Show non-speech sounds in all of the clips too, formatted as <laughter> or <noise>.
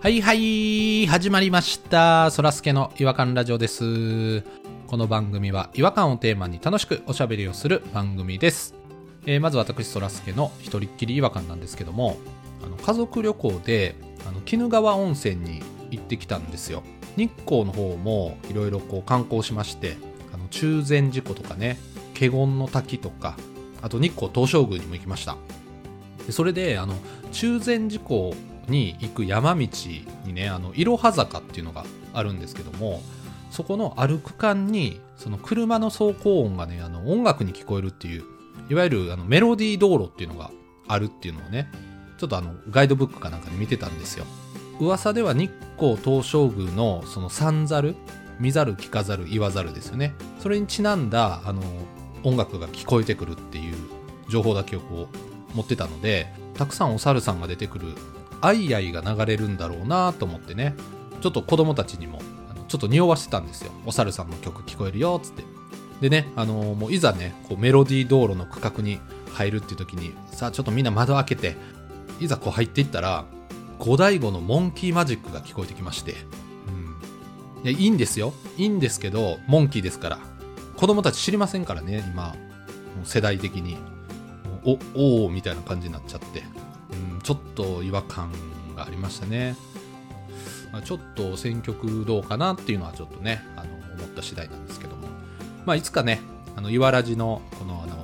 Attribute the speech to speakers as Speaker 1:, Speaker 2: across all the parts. Speaker 1: はいはい始まりましたそらすけの違和感ラジオですこの番組は違和感をテーマに楽しくおしゃべりをする番組です、えーまず私そらすけの一人っきり違和感なんですけどもあの家族旅行であの鬼怒川温泉に行ってきたんですよ日光の方もいろいろこう観光しましてあの中禅寺湖とかね華厳の滝とかあと日光東照宮にも行きましたでそれであの中禅寺湖に行く山道にねあのいろは坂っていうのがあるんですけどもそこの歩く間にその車の走行音がねあの音楽に聞こえるっていういわゆるあのメロディー道路っていうのがあるっていうのをねちょっとあのガイドブックかなんかで見てたんですよ噂では日光東照宮のその三猿見ざる聞かざる言わざるですよねそれにちなんだあの音楽が聞こえてくるっていう情報だけをこう持ってたのでたくさんお猿さんが出てくるアイアイが流れるんだろうなと思ってねちょっと子供たちにもあのちょっと匂わせてたんですよお猿さんの曲聞こえるよっつってでね、あのもういざねこうメロディー道路の区画に入るっていう時にさあちょっとみんな窓開けていざこう入っていったら五醍醐のモンキーマジックが聞こえてきまして、うん、いやいいんですよいいんですけどモンキーですから子供たち知りませんからね今もう世代的にもうおおーみたいな感じになっちゃって、うん、ちょっと違和感がありましたねまあちょっと選曲どうかなっていうのはちょっとねあの思った次第なんですけどもまあ、いつかね、あの、いわらじの、この、あの、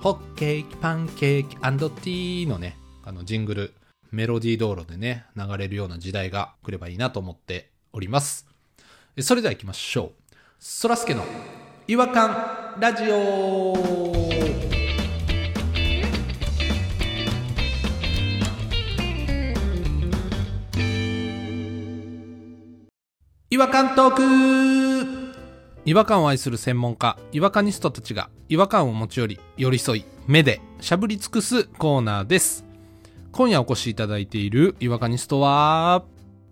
Speaker 1: ホッケーキ、パンケーキ、アンドティーのね、あの、ジングル、メロディー道路でね、流れるような時代が来ればいいなと思っております。えそれでは行きましょう。そらすけの、違和感ラジオ違和感トーク違和感を愛する専門家違和感ニストたちが違和感を持ち寄り寄り添い目でしゃぶり尽くすコーナーです今夜お越しいただいている違和感ニストは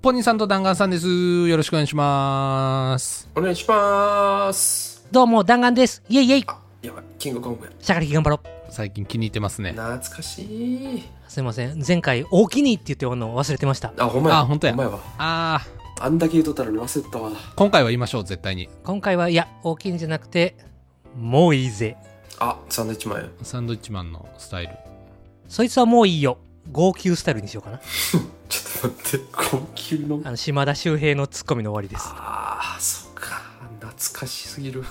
Speaker 1: ポニーさんと弾丸さんですよろしくお願いします
Speaker 2: お願いします
Speaker 3: どうも、弾丸です。イェイイェイ。
Speaker 2: やばいキングコングや
Speaker 3: シャカリキ頑張ろう。
Speaker 1: 最近気に入ってますね
Speaker 2: 懐かしい
Speaker 3: すいません。前回、大きにって言っておんの忘れてました。
Speaker 2: あほんまや
Speaker 1: あほんとや
Speaker 2: ほんまやわ
Speaker 1: あ
Speaker 2: あんだけ言うとったのに忘れてたわ
Speaker 1: ー今回は言いましょう絶対に
Speaker 3: 今回は、いや、大きにじゃなくて、もういいぜ。
Speaker 2: あサンドイッチマンや
Speaker 1: サンドイッチマンのスタイル
Speaker 3: そいつはもういいよ。号泣スタイルにしようかな。
Speaker 2: ちょっと待って高級の
Speaker 3: あの、島田秀平のツッコミの終わりです。
Speaker 2: あーそっか懐かしすぎる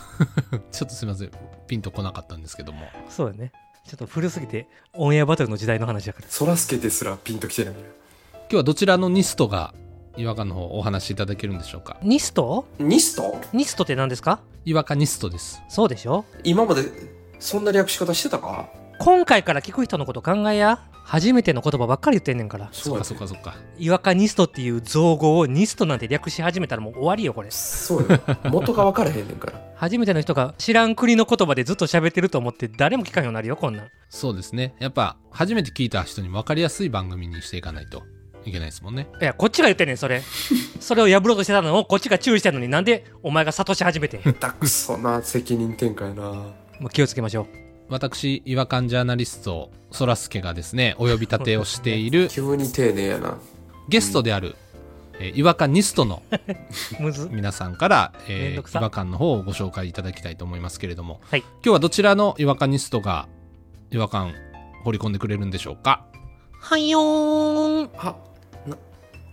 Speaker 1: ちょっとすいませんピンとこなかったんですけども
Speaker 3: そうだね。ちょっと古すぎて、オンエアバトルの時代の話だから。
Speaker 2: そらすけですらピンときてない
Speaker 1: 今日はどちらのニストが違和感の方お話しいただけるんでしょうか
Speaker 3: ニスト
Speaker 2: ニスト
Speaker 3: ニストって何ですか
Speaker 1: 違和感ニストです
Speaker 3: そうでしょ
Speaker 2: 今までそんな略し方してたか
Speaker 3: 今回から聞く人のこと考えや。初めての言葉ばっかり言ってんねんから。
Speaker 1: そうか
Speaker 2: や
Speaker 1: そうかそうか
Speaker 3: 違和感ニストっていう造語をニストなんて略し始めたらもう終わりよ、これ。
Speaker 2: そうよ元が分からへんねんから
Speaker 3: 初めての人が知らん国の言葉でずっと喋ってると思って誰も聞かんようになるよこんなん
Speaker 1: そうですねやっぱ初めて聞いた人にも分かりやすい番組にしていかないといけないですもんね
Speaker 3: いやこっちが言ってんねんそ <laughs> れそれを破ろうとしてたのをこっちが注意してんのになんでお前が諭し始 <laughs> めて
Speaker 2: だくそな責任転換やな
Speaker 3: もう気をつけましょ
Speaker 1: 私違和感ジャーナリストそらすけがですねお呼び立てをしている
Speaker 2: 急に丁寧やな
Speaker 1: ゲストである、えー違和感ニストの
Speaker 3: うむず
Speaker 1: 皆さんから、
Speaker 3: めん
Speaker 1: え
Speaker 3: どく
Speaker 1: ー、
Speaker 3: さ
Speaker 1: 違和感の方をご紹介いただきたいと思いますけれども、
Speaker 3: はい
Speaker 1: 今日はどちらの違和感ニストが違和感掘り込んでくれるんでしょうか
Speaker 3: はよーん
Speaker 2: あな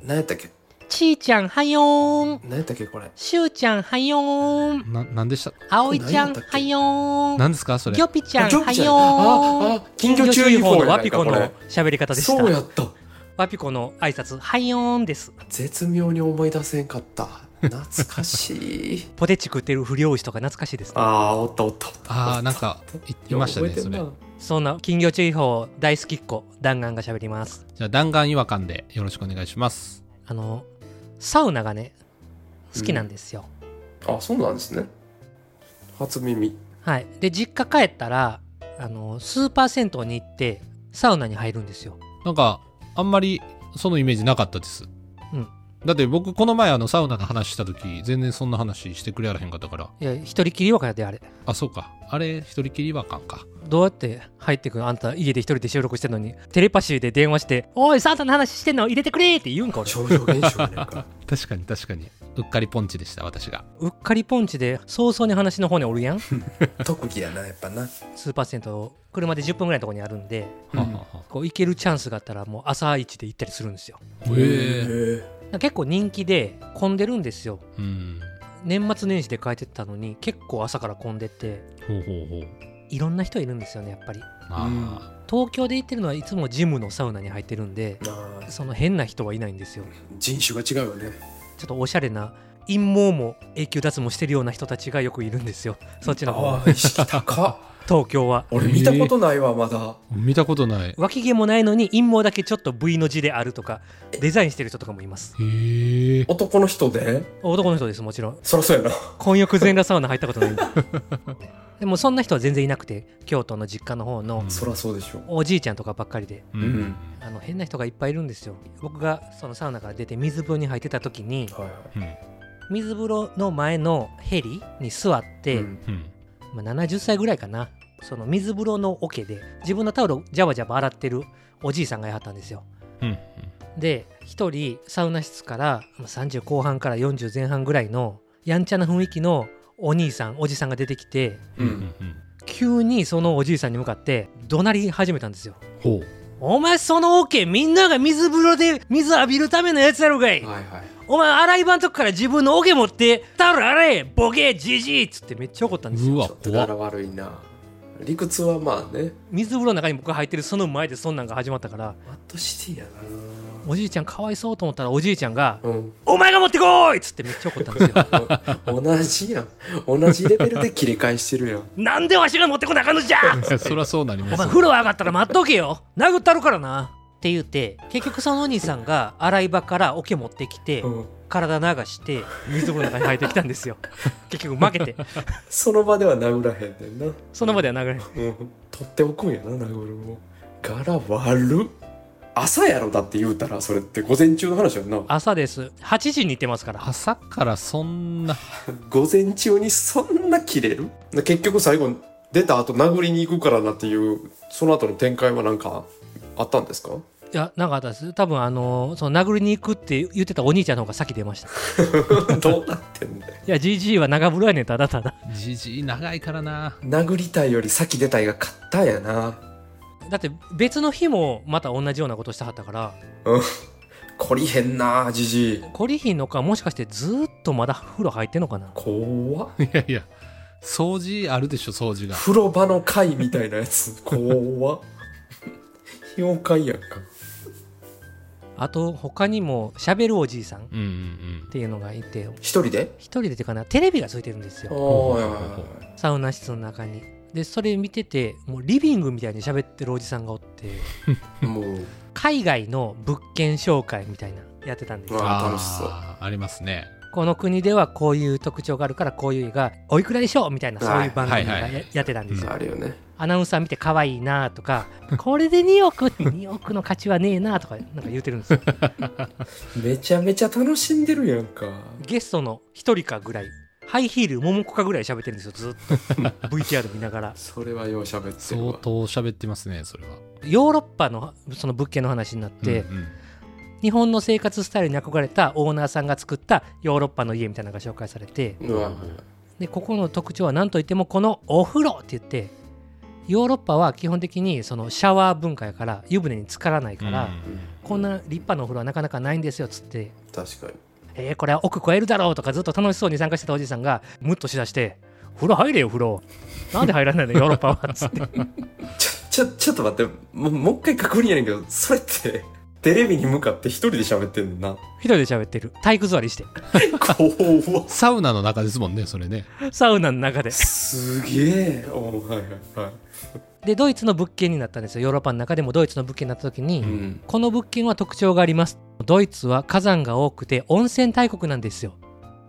Speaker 2: 何やったっけ
Speaker 3: ちーちゃんはよーん
Speaker 2: 何やったっけこれ
Speaker 3: しゅうちゃんはよーん
Speaker 1: ななんでした
Speaker 3: あおいち
Speaker 2: 何や
Speaker 3: ゃん
Speaker 2: ったっけ
Speaker 3: はよーん
Speaker 1: 何ですかそれ
Speaker 3: ぎょぴちゃん
Speaker 2: ジョ
Speaker 3: は
Speaker 2: ブじゃん
Speaker 3: よーん
Speaker 2: ああ金魚注意報
Speaker 3: の
Speaker 2: や
Speaker 3: わ
Speaker 2: ない
Speaker 3: ぴ
Speaker 2: か
Speaker 3: この
Speaker 2: これ
Speaker 3: 喋り方でし
Speaker 2: そうや
Speaker 3: た
Speaker 2: った
Speaker 3: わぴこの挨拶はよーんです
Speaker 2: 絶妙に思い出せんかった懐かしい
Speaker 3: ポテチ食ってる不良師とか懐かしいですね
Speaker 2: <laughs> あーおったおったおった
Speaker 1: ああなんか言ってましたねそれ
Speaker 2: 覚えてんな
Speaker 3: そんな金魚注意報大好きっ子弾丸が喋ります
Speaker 1: じゃあ弾丸違和感でよろしくお願いします
Speaker 3: あのサウナがね好きなんですよ、
Speaker 2: あそうなんですね初耳
Speaker 3: はいで実家帰ったらあのスーパー銭湯に行ってサウナに入るんですよ
Speaker 1: なんかあんまりそのイメージなかったですだって僕この前あのサウナの話した時全然そんな話してくれやらへんかったから
Speaker 3: いや、一人きりはかやで、あれ。
Speaker 1: あそうかあれ一人きりはあかんか
Speaker 3: どうやって入ってくんあんた家で一人で収録してんのに、テレパシーで電話して、おい、サンタの話してんの入れてくれって言うんか、俺。
Speaker 2: 超常現象やねんか。 <laughs>
Speaker 1: 確かに確かにうっかりポンチでした私が
Speaker 3: うっかりポンチで、早々に話の方におるやん。
Speaker 2: 特技やな、やっぱな。
Speaker 3: スーパーセント、車で10分ぐらいのところにあるんで、
Speaker 2: うん
Speaker 1: はあはあは
Speaker 3: こう行けるチャンスがあったら、もう朝一で行ったりするんですよ。
Speaker 1: あへえ
Speaker 2: え
Speaker 3: 結構人気で、混んでるんですよ。
Speaker 1: うん
Speaker 3: 年末年始で帰ってったのに、結構朝から混んでて、
Speaker 1: ほうほうほう
Speaker 3: いろんな人いるんですよね、やっぱり。
Speaker 1: あ
Speaker 3: 東京で行ってるのはいつもジムのサウナに入ってるんで、
Speaker 2: まあ、
Speaker 3: その変な人はいないんですよ。
Speaker 2: 人種が違うよね。
Speaker 3: ちょっとおしゃれな陰謀も永久脱毛してるような人たちがよくいるんですよそっちの方
Speaker 2: ああ、意識高っ。
Speaker 3: 東京は
Speaker 2: <laughs> 俺見たことないわ、まだ。
Speaker 1: あ見たことないへ
Speaker 3: 脇毛もないのに陰謀だけちょっと V の字であるとかデザインしてる人とかもいます
Speaker 1: え
Speaker 2: 男の人で
Speaker 3: 男の人ですもちろん
Speaker 2: そらそうやな。
Speaker 3: 婚浴全裸サウナ入ったことない
Speaker 2: <laughs>
Speaker 3: んででもそんな人は全然いなくて京都の実家の方の
Speaker 2: そらそうでしょ。
Speaker 3: おじいちゃんとかばっかりで
Speaker 1: う
Speaker 2: うん
Speaker 3: あの変な人がいっぱいいるんですよ僕がそのサウナから出て水風呂に入ってた時に
Speaker 2: はいは
Speaker 1: うん
Speaker 3: 水風呂の前のヘリに座っ
Speaker 2: い。
Speaker 3: て、
Speaker 2: うん
Speaker 1: うん
Speaker 3: まあ、70歳ぐらいかなその水風呂の桶で自分のタオルをジャバジャバ洗ってるおじいさんがやはったんですよ
Speaker 1: うん
Speaker 3: で1人サウナ室からまあ30後半から40前半ぐらいのやんちゃな雰囲気のお兄さんおじさんが出てきて
Speaker 1: うんうんうん
Speaker 3: 急にそのおじいさんに向かって怒鳴り始めたんですよ
Speaker 1: ほう
Speaker 3: お前その桶みんなが水風呂で水浴びるためのやつやろかい
Speaker 2: はいはい。
Speaker 3: お前洗い場のとこから自分の桶持ってタオル洗えボケジジイっつってめっちゃ怒ったんですよ
Speaker 1: うわ
Speaker 2: ちょっと柄
Speaker 1: 怖っ
Speaker 2: 悪いな。理屈はまあね。
Speaker 3: 水風呂の中に僕が入ってるその前でそんなんが始まったから
Speaker 2: マットシティや
Speaker 3: おじいちゃんかわいそうと思ったらおじいちゃんが
Speaker 2: な。うん。
Speaker 3: 「お前が持ってこい!」っつってめっちゃ怒ったんですよ
Speaker 2: お同じやん。同じレベルで切り返してるやん。
Speaker 3: なんでわしが持ってこなあかんのじゃ
Speaker 1: <laughs> そりゃそうなりま
Speaker 3: お
Speaker 1: す
Speaker 3: 前風呂上がったら待っとけよ殴ったるからなって言うて結局そのお兄さんが洗い場から桶持ってき
Speaker 2: <laughs>
Speaker 3: て
Speaker 2: うん
Speaker 3: 体流して水風呂の中に入ってきたんですよ結局負けて
Speaker 2: その場では殴らへんねんな。
Speaker 3: その場では殴られ
Speaker 2: うん取っておくんやな、殴るも。柄悪っ。朝やろだって言うたら、それって午前中の話やんな。
Speaker 3: 朝です8時に行ってますから
Speaker 1: 朝からそんな
Speaker 2: 午前中にそんな切れる結局最後出た後殴りに行くからなっていうその後の展開は何かあったんですか
Speaker 3: いやなんかあったです多分あのーその殴りに行くって言ってたお兄ちゃんの方が先出ました
Speaker 2: <laughs>
Speaker 3: い
Speaker 2: どうなってんだよ
Speaker 3: や GG は長風呂やねんただただ
Speaker 1: じじい長いからな
Speaker 2: 殴りたいより先出たいが勝ったんやな
Speaker 3: だって別の日もまた同じようなことしてはったから
Speaker 2: 懲りへんなじじい
Speaker 3: コリヒンのかもしかしてずーっとまだ風呂入ってんのかな
Speaker 2: 怖っ
Speaker 1: いやいや掃除あるでしょ掃除が
Speaker 2: 風呂場の会みたいなやつ怖っ妖怪やんか
Speaker 3: あと他にもしゃべるおじいさんっ
Speaker 1: うんうんうん
Speaker 3: ていうのがいて
Speaker 2: 一人で
Speaker 3: 一人でてかなテレビがついてるんです
Speaker 2: ああ
Speaker 3: よ
Speaker 1: ほうほうほう
Speaker 3: サウナ室の中にでそれ見ててもうリビングみたいに喋ってるおじさんがおって
Speaker 2: もう
Speaker 3: 海外の物件紹介みたいなやってたんですよ
Speaker 2: わあ楽しそう
Speaker 1: あーありますね
Speaker 3: この国ではこういう特徴があるからこういう絵がおいくらでしょうみたいなそういう番組が
Speaker 1: はいはいは
Speaker 3: ややってたんですよ
Speaker 2: あるよね
Speaker 3: アナウンサー見て可愛いなとかこれで2
Speaker 1: <laughs>
Speaker 3: 億って2億の価値はねえなとかなんか言うてるんですよ
Speaker 2: めちゃめちゃ楽しんでるやんか
Speaker 3: ゲストの1人かぐらいハイヒール桃子かぐらい喋ってるんですよずっ
Speaker 1: <laughs>
Speaker 3: と VTR 見ながら
Speaker 2: それはよう喋ってる
Speaker 1: 相
Speaker 2: わ
Speaker 1: 当喋ってますねそれは
Speaker 3: ヨーロッパのその物件の話になって、
Speaker 1: うんうん
Speaker 3: 日本の生活スタイルに憧れたオーナーさんが作ったヨーロッパの家みたいなのが紹介されて
Speaker 2: うわ
Speaker 3: でここの特徴は何といってもこのお風呂って言ってヨーロッパは基本的にそのシャワー文化やから湯船に浸からないから、こんな立派なお風呂はなかなかないんですよっつって
Speaker 2: 確かに
Speaker 3: えー、これは奥超えるだろうとかずっと楽しそうに参加してたおじさんがムッとしだして「風呂入れよ風呂なんで入らないのヨーロッパは」っつって
Speaker 2: ちょ、ちょ、ちょっと待って、ももう一回確認やねんけど、それって、テレビに向かって一人で喋ってんのな。
Speaker 3: 一人で喋ってる体育座りして
Speaker 2: 怖っ
Speaker 1: サウナの中ですもんねそれね
Speaker 3: サウナの中です
Speaker 2: げえ。おはいはいはい。
Speaker 3: でドイツの物件になったんですよヨーロッパの中でもドイツの物件になった時に、
Speaker 2: うん。
Speaker 3: この物件は特徴がありますドイツは火山が多くて温泉大国なんですよ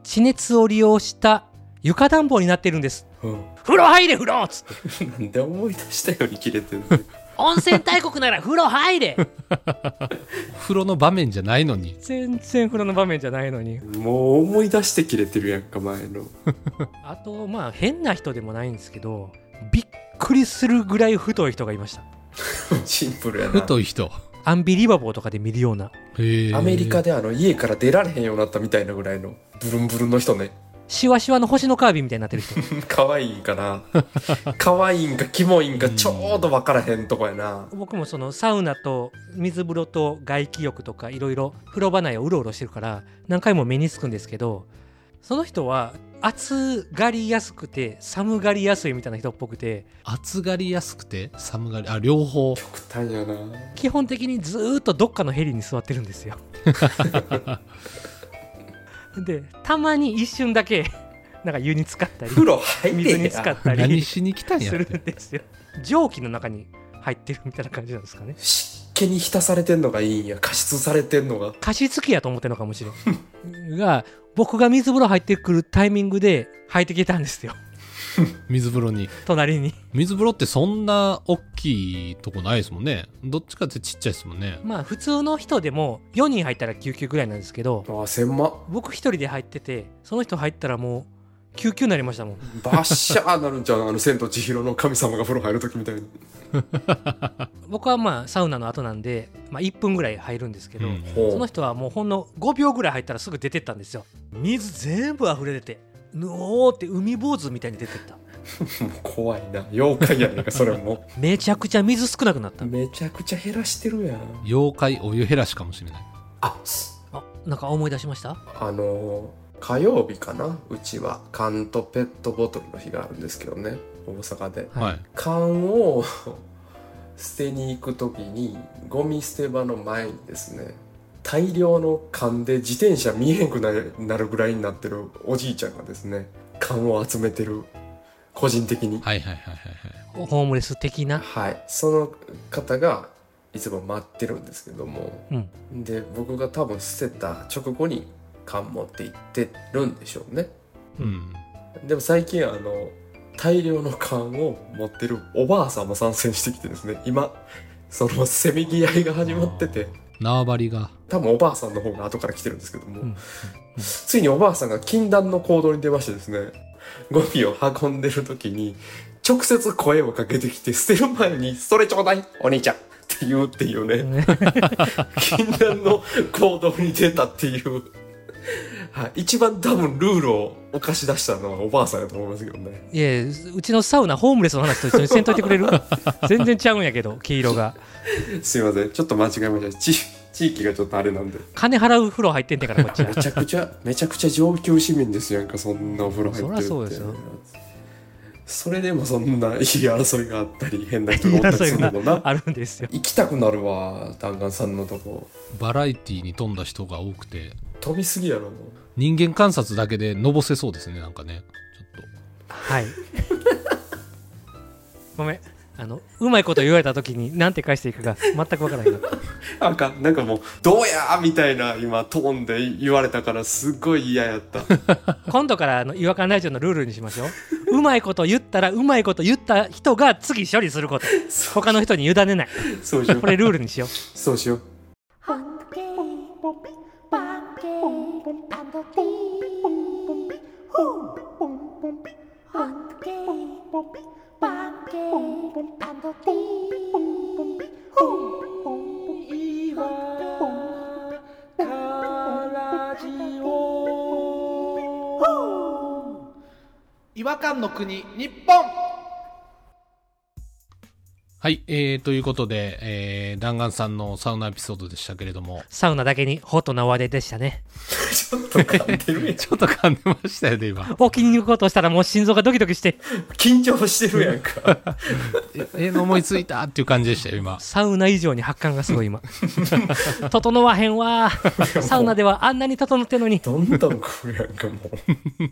Speaker 3: 地熱を利用した床暖房になってるんです
Speaker 2: うん、
Speaker 3: 風呂入れ風呂っつって
Speaker 2: なんで思い出したように切れてるの
Speaker 3: 「温泉大国なら <laughs> 風呂入れ
Speaker 1: 風呂の場面じゃないのに
Speaker 3: 全然風呂の場面じゃないのに
Speaker 2: もう思い出してキレてるやんか前の
Speaker 3: あとまあ変な人でもないんですけどびっくりするぐらい太い人がいました
Speaker 2: シンプルやな
Speaker 1: 太い人
Speaker 3: アンビリバボーとかで見るような
Speaker 1: へえ
Speaker 2: アメリカであの家から出られへんようになったみたいなぐらいのブルンブルンの人ね
Speaker 3: シワシワの星のカービィみたいになってる人
Speaker 2: 可愛いんかな可愛いんかキモいんかちょうど分からへんとこやな
Speaker 3: 僕もそのサウナと水風呂と外気浴とかいろいろ風呂場内をうろうろしてるから何回も目につくんですけどその人は暑がりやすくて寒がりやすいみたいな人っぽくて
Speaker 1: 暑がりやすくて寒がりあ両方
Speaker 2: 極端やな
Speaker 3: 基本的にずーっとどっかのヘリに座ってるんです
Speaker 1: <laughs>
Speaker 3: よでたまに一瞬だけなんか湯に浸かったり
Speaker 2: 風呂入って
Speaker 3: 水に浸かった
Speaker 1: 何
Speaker 3: り
Speaker 1: しに来たんや
Speaker 3: す
Speaker 1: っ
Speaker 3: る
Speaker 1: て
Speaker 3: んですよ蒸気の中に入ってるみたいな感じなんですかね
Speaker 2: 湿気に浸されてんのがいいんや加湿されてんのが
Speaker 3: 加湿器やと思ってるのかもしれんが僕が水風呂入ってくるタイミングで入ってきたんですよ <laughs>
Speaker 1: 水風呂に
Speaker 3: 隣に
Speaker 1: 水風呂ってそんな大きいとこないですもんねどっちかってちっちゃいですもんね
Speaker 3: まあ普通の人でも4人入ったら救急ぐらいなんですけど
Speaker 2: ああ狭
Speaker 3: 僕1人で入っててその人入ったらもう救急になりましたもん
Speaker 2: バッシャーなるんちゃうあの千と千尋の神様が風呂入る時みたいに
Speaker 3: 僕はまあサウナの後なんで、まあ、1分ぐらい入るんですけど、
Speaker 1: うん
Speaker 2: ほう
Speaker 3: その人はもうほんの5秒ぐらい入ったらすぐ出てったんですよ水全部溢れ出てぬおーって海坊主みたいに出てった
Speaker 2: もう怖いな妖怪やねんかそれも
Speaker 3: めちゃくちゃ水少なくなった
Speaker 2: めちゃくちゃ減らしてるやん
Speaker 1: 妖怪お湯減らしかもしれない
Speaker 2: あ
Speaker 3: あなんか思い出しました
Speaker 2: あの火曜日かなうちは缶とペットボトルの日があるんですけどね大阪で
Speaker 1: はい、
Speaker 2: 缶を捨てに行く時にゴミ捨て場の前にですね大量の缶で自転車見えんくなるなるぐらいになってるおじいちゃんがですね缶を集めてる個人的に
Speaker 1: はいはいはいはい
Speaker 3: ホームレス的な
Speaker 2: はいその方がいつも待ってるんですけども
Speaker 3: うん
Speaker 2: で僕が多分捨てた直後に缶持って行ってるんでしょうね
Speaker 1: うん
Speaker 2: でも最近あの大量の缶を持ってるおばあさんも参戦してきてですね今そのせめぎ合いが始まってて
Speaker 1: 縄張りが
Speaker 2: 多分おばあさんの方が後から来てるんですけども、
Speaker 3: うんうん
Speaker 2: ついにおばあさんが禁断の行動に出ましてですねゴミを運んでる時に直接声をかけてきて捨てる前に「それちょうだいお兄ちゃん」って言うっていうね禁断の行動に出たっていう、はい、一番多分ルールを犯し出したのはおばあさんやと思いますけどね
Speaker 3: いやいやうちのサウナホームレスの話と一緒にせんといて
Speaker 2: <laughs>
Speaker 3: くれる全然ちゃうんやけど黄色が
Speaker 2: すいませんちょっと間違えました地地域がちょっとあれなんで
Speaker 3: 金払う風呂入ってんねんからこ
Speaker 2: <laughs>
Speaker 3: っちは
Speaker 2: めちゃくちゃめちゃくちゃ上級市民ですやんかそんなお風呂入ってるって
Speaker 3: そりゃそうですよ
Speaker 2: それでもそんないい争いがあったり変な人がおったり
Speaker 3: 争
Speaker 2: す
Speaker 3: い
Speaker 2: るのも
Speaker 3: が
Speaker 2: な
Speaker 3: あるんですよ
Speaker 2: 行きたくなるわ弾丸さんのとこ
Speaker 1: バラエティに富んだ人が多くて
Speaker 2: 飛びすぎやろもう
Speaker 1: 人間観察だけでのぼせそうですねなんかねちょっ
Speaker 3: はい <laughs> ごめんあのうまいこと言われた時に何て返していくか全くわからない
Speaker 2: あかんなんかもう「どうや!」みたいな今トーンで言われたからすっごい嫌やった
Speaker 3: 今度からあの違和感ラジオのルールにしましょううまいこと言ったらうまいこと言った人が次処理する
Speaker 2: <laughs>
Speaker 3: こと他の人に委ねない
Speaker 2: そうしよう
Speaker 3: これルールにしよう
Speaker 2: そうしよう
Speaker 4: Hunky,
Speaker 5: 違和感の国日本
Speaker 1: とはいえー、ということで、えー、弾丸さんのサウナエピソードでしたけれど <laughs> も
Speaker 3: サウナだけにホットな話題でしたね
Speaker 2: ちょっと噛んでるやん
Speaker 1: ちょっと噛んでましたよね今
Speaker 3: お気に行こうとしたらもう心臓がドキドキして
Speaker 2: 緊張してるやん
Speaker 3: <laughs>
Speaker 2: か
Speaker 1: ええー思いついたっていう感じでしたよ今
Speaker 3: サウナ以上に発汗がすごい今整わへんわ
Speaker 2: <laughs>
Speaker 3: サウナではあんなに整ってんのに
Speaker 2: どんどん来るやんか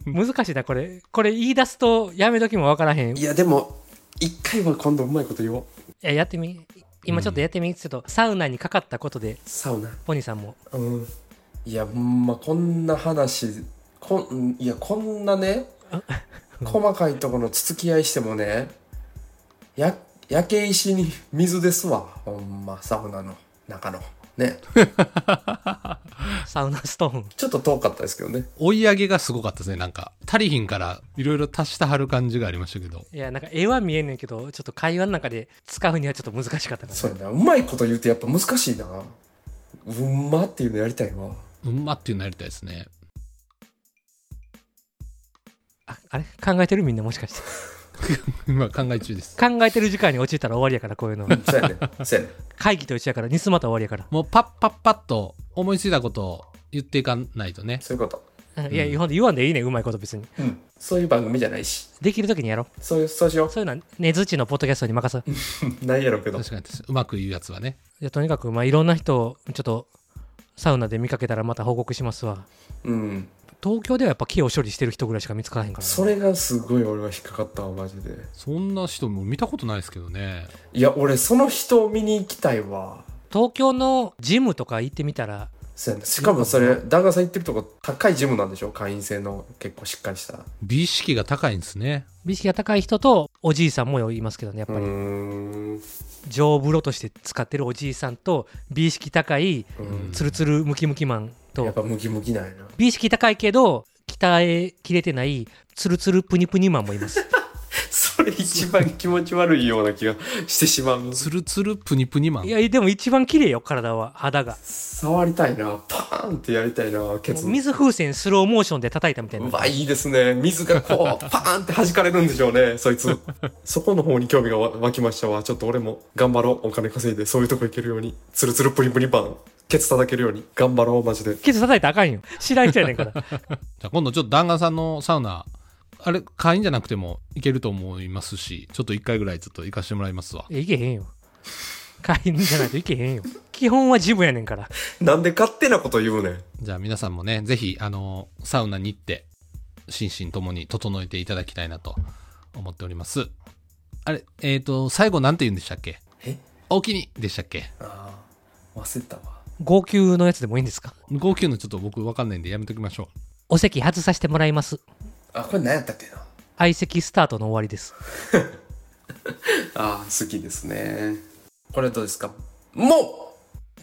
Speaker 2: もう
Speaker 3: 難しいなこれこれ言い出すとやめときもわからへん
Speaker 2: い
Speaker 3: い
Speaker 2: やでも一回は今度うまいこと言おう
Speaker 3: ややってみ今ちょっとやってみ、ちょっとサウナにかかったことで
Speaker 2: サウナ
Speaker 3: ポニーさんも
Speaker 2: うんいやほんまこんな話こんいやこんなね細かいところのつつき合いしてもねや焼け石に水ですわほんまサウナの中のね
Speaker 3: サウナストーン
Speaker 2: ちょっと遠かったですけどね
Speaker 1: 追い上げがすごかったですね。なんか、足りひんから、いろいろ足したはる感じがありましたけど。
Speaker 3: いやなんか絵は見えんねんけどちょっと会話の中で使うにはちょっと難しかったか
Speaker 2: そう
Speaker 3: ら
Speaker 2: やなうまいこと言うとやっぱ難しいなうんまっていうのやりたいわ
Speaker 1: うんまっていうのやりたいですね。 <laughs>
Speaker 3: ああれ考えてるみんなもしかして
Speaker 1: 今考え中です。
Speaker 3: 考えてる時間に陥ったら終わりやからこういう
Speaker 2: <laughs>
Speaker 3: の
Speaker 2: そうやねそうやね
Speaker 3: 会議と一緒やから煮詰まったら終わりやから
Speaker 1: もうパッパッパッと思いついたことを言っていかないとね。
Speaker 2: そういうこと
Speaker 3: いや、ほんで言わんでいいねんうまいこと別に。
Speaker 2: うんそういう番組じゃないし
Speaker 3: できるときにやろう。
Speaker 2: そういうそうしよ
Speaker 3: そういうのは、ねづちのポッドキャストに任せる。
Speaker 2: うないやろうけど
Speaker 1: 確かに確かにうまく言うやつはね。
Speaker 3: いやとにかく、まあ、いろんな人を、ちょっと、サウナで見かけたらまた報告しますわ。
Speaker 2: うん
Speaker 3: 東京ではやっぱ木を処理してる人ぐらいしか見つからへんからな。
Speaker 2: それがすごい俺は引っかかったわマジで
Speaker 1: そんな人も見たことないですけどね。
Speaker 2: いや俺その人を見に行きたいわ
Speaker 3: 東京のジムとか行ってみたら、
Speaker 2: そうやねしかもそれ旦那さん行ってるとこ高いジムなんでしょ会員制の結構しっかりした
Speaker 1: 美意識が高いんですね。
Speaker 3: 美意識が高い人とおじいさんもいますけどね、やっ
Speaker 2: う
Speaker 3: ぱり。
Speaker 2: ーん
Speaker 3: 上風呂として使ってるおじいさんと、美意識高い、
Speaker 2: うん
Speaker 3: ツルツルムキムキマン
Speaker 2: やっぱ
Speaker 3: と、
Speaker 2: ムキムキなんやな
Speaker 3: 美意識高いけど、鍛えきれてない、ツルツルプニプニマンもいます。
Speaker 2: <laughs> <laughs> それ一番気持ち悪いような気がしてしまう
Speaker 1: つるつるプニプニマン。
Speaker 3: いやでも一番綺麗よ体は肌が
Speaker 2: 触りたいなパーンってやりたいなケツ
Speaker 3: 水風船スローモーションで叩いたみたいうな
Speaker 2: わいいですね水が <laughs> こうパーンって弾かれるんでしょうねそい <laughs> つそこの方に興味がわ湧きましたわちょっと俺も頑張ろうお金稼いでそういうとこ行けるようにツルツルプリプリパンケツ叩けるように頑張ろうマジで
Speaker 3: ケツ叩いたらあかんよ知らん人やねんから
Speaker 1: じゃあ今度ちょっと弾丸さんのサウナ、あれ、会員じゃなくてもいけると思いますし、ちょっと一回ぐらいちょっと行かしてもらいますわ。
Speaker 3: いけへんよ会員じゃないといけへんよ基本はジムやねんから
Speaker 2: なんで勝手なこと言うねん
Speaker 1: じゃあ皆さんもね、ぜひ、あの、サウナに行って、心身ともに整えていただきたいなと思っております。あれ、えっ、と、最後なんて言うんでしたっけ
Speaker 2: え
Speaker 1: おおきにでしたっけ
Speaker 2: ああ忘れたわ
Speaker 3: 号泣のやつでもいいんですか
Speaker 1: 号泣のちょっと僕わかんないんでやめときましょ
Speaker 3: お席外させてもらいます
Speaker 2: あこれ何やったっけな
Speaker 3: 相席スタートの終わりです
Speaker 2: ああ好きですねこれどうですかも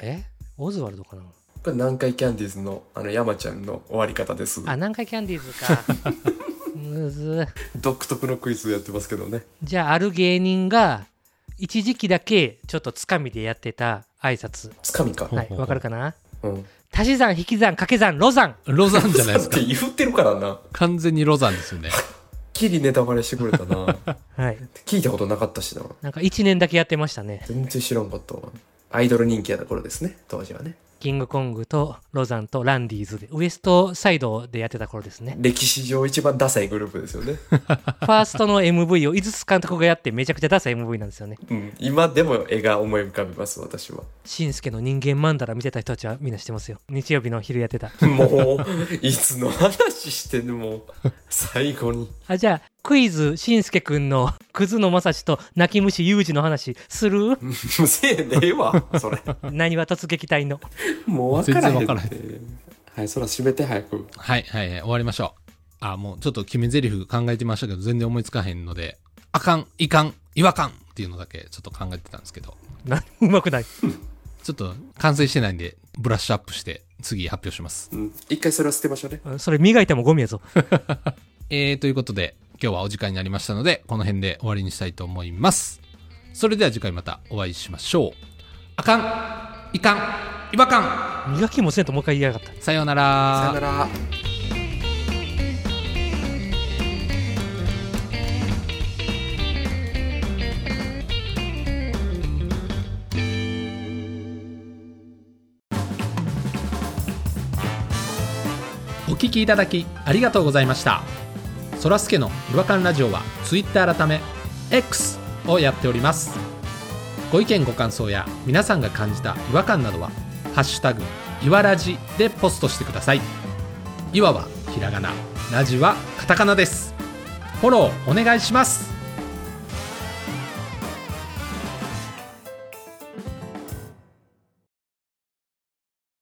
Speaker 3: えオズワルドかな
Speaker 2: うこれ南海キャンディーズのあの山ちゃんの終わり方です
Speaker 3: あ南海キャンディーズか <laughs> むず
Speaker 2: 独特のクイズやってますけどね
Speaker 3: じゃあある芸人が一時期だけちょっとつかみでやってた挨拶
Speaker 2: つかみか
Speaker 3: はい
Speaker 1: ほうほう
Speaker 3: わかるかな
Speaker 2: うん
Speaker 3: 足し算引き算掛け算ロ算
Speaker 1: う。ロザンじゃないです
Speaker 3: <laughs>
Speaker 1: か
Speaker 2: っ。て言ってるからな。
Speaker 1: 完全にロザンですよね。
Speaker 2: きりネタバレしてくれたな。 <laughs>
Speaker 3: はい
Speaker 2: 聞いたことなかったしな。
Speaker 3: なんか1年だけやってましたね
Speaker 2: 全然知らんかったわアイドル人気やった頃ですね、当時はね。
Speaker 3: キングコングとロザンとランディーズでウエストサイドでやってた頃ですね
Speaker 2: 歴史上一番ダサいグループですよ <laughs> ね。
Speaker 3: ファーストの MV を井筒監督がやってめちゃくちゃダサい MV なんですよね
Speaker 2: うん。今でも絵が思い浮かびます、私は。
Speaker 3: しんすけの人間マンダラ見てた人たちはみんな知ってますよ日曜日の昼やってた
Speaker 2: もう、いつの話してんのもう、最後に。
Speaker 3: あじゃあクイズしんすけくんの <laughs> クズのまさしと泣き虫ゆうじの話する
Speaker 2: 無せえねえわ、それ。
Speaker 3: 何は突撃隊の
Speaker 2: もう分からへん。
Speaker 1: 全然分からへ
Speaker 2: はい、そら閉めて早く。
Speaker 1: はい、はい、はい終わりましょう。あ、もうちょっと決め台詞考えてましたけど、全然思いつかへんので、あかん、いかん、違和感っていうのだけちょっと考えてたんですけど、
Speaker 3: なうまくない
Speaker 1: ちょっと完成してないんで、ブラッシュアップして、次発表します。
Speaker 2: うん。一回それは捨てましょうね。
Speaker 3: うんそれ磨いてもゴミやぞ
Speaker 1: えー、ということで、今日はお時間になりましたので、この辺で終わりにしたいと思います。それでは次回またお会いしましょう。あかん、いかん、違和感
Speaker 3: 磨きもせんともう一回言いやがった
Speaker 1: さようなら。
Speaker 2: さよなら。
Speaker 1: お聞きいただきありがとうございましたそらすけの違和感ラジオは Twitter 改め X をやっておりますご意見ご感想や皆さんが感じた違和感などは「ハッシュタグいわらじ」でポストしてくださいいわはひらがなラジはカタカナですフォローお願いします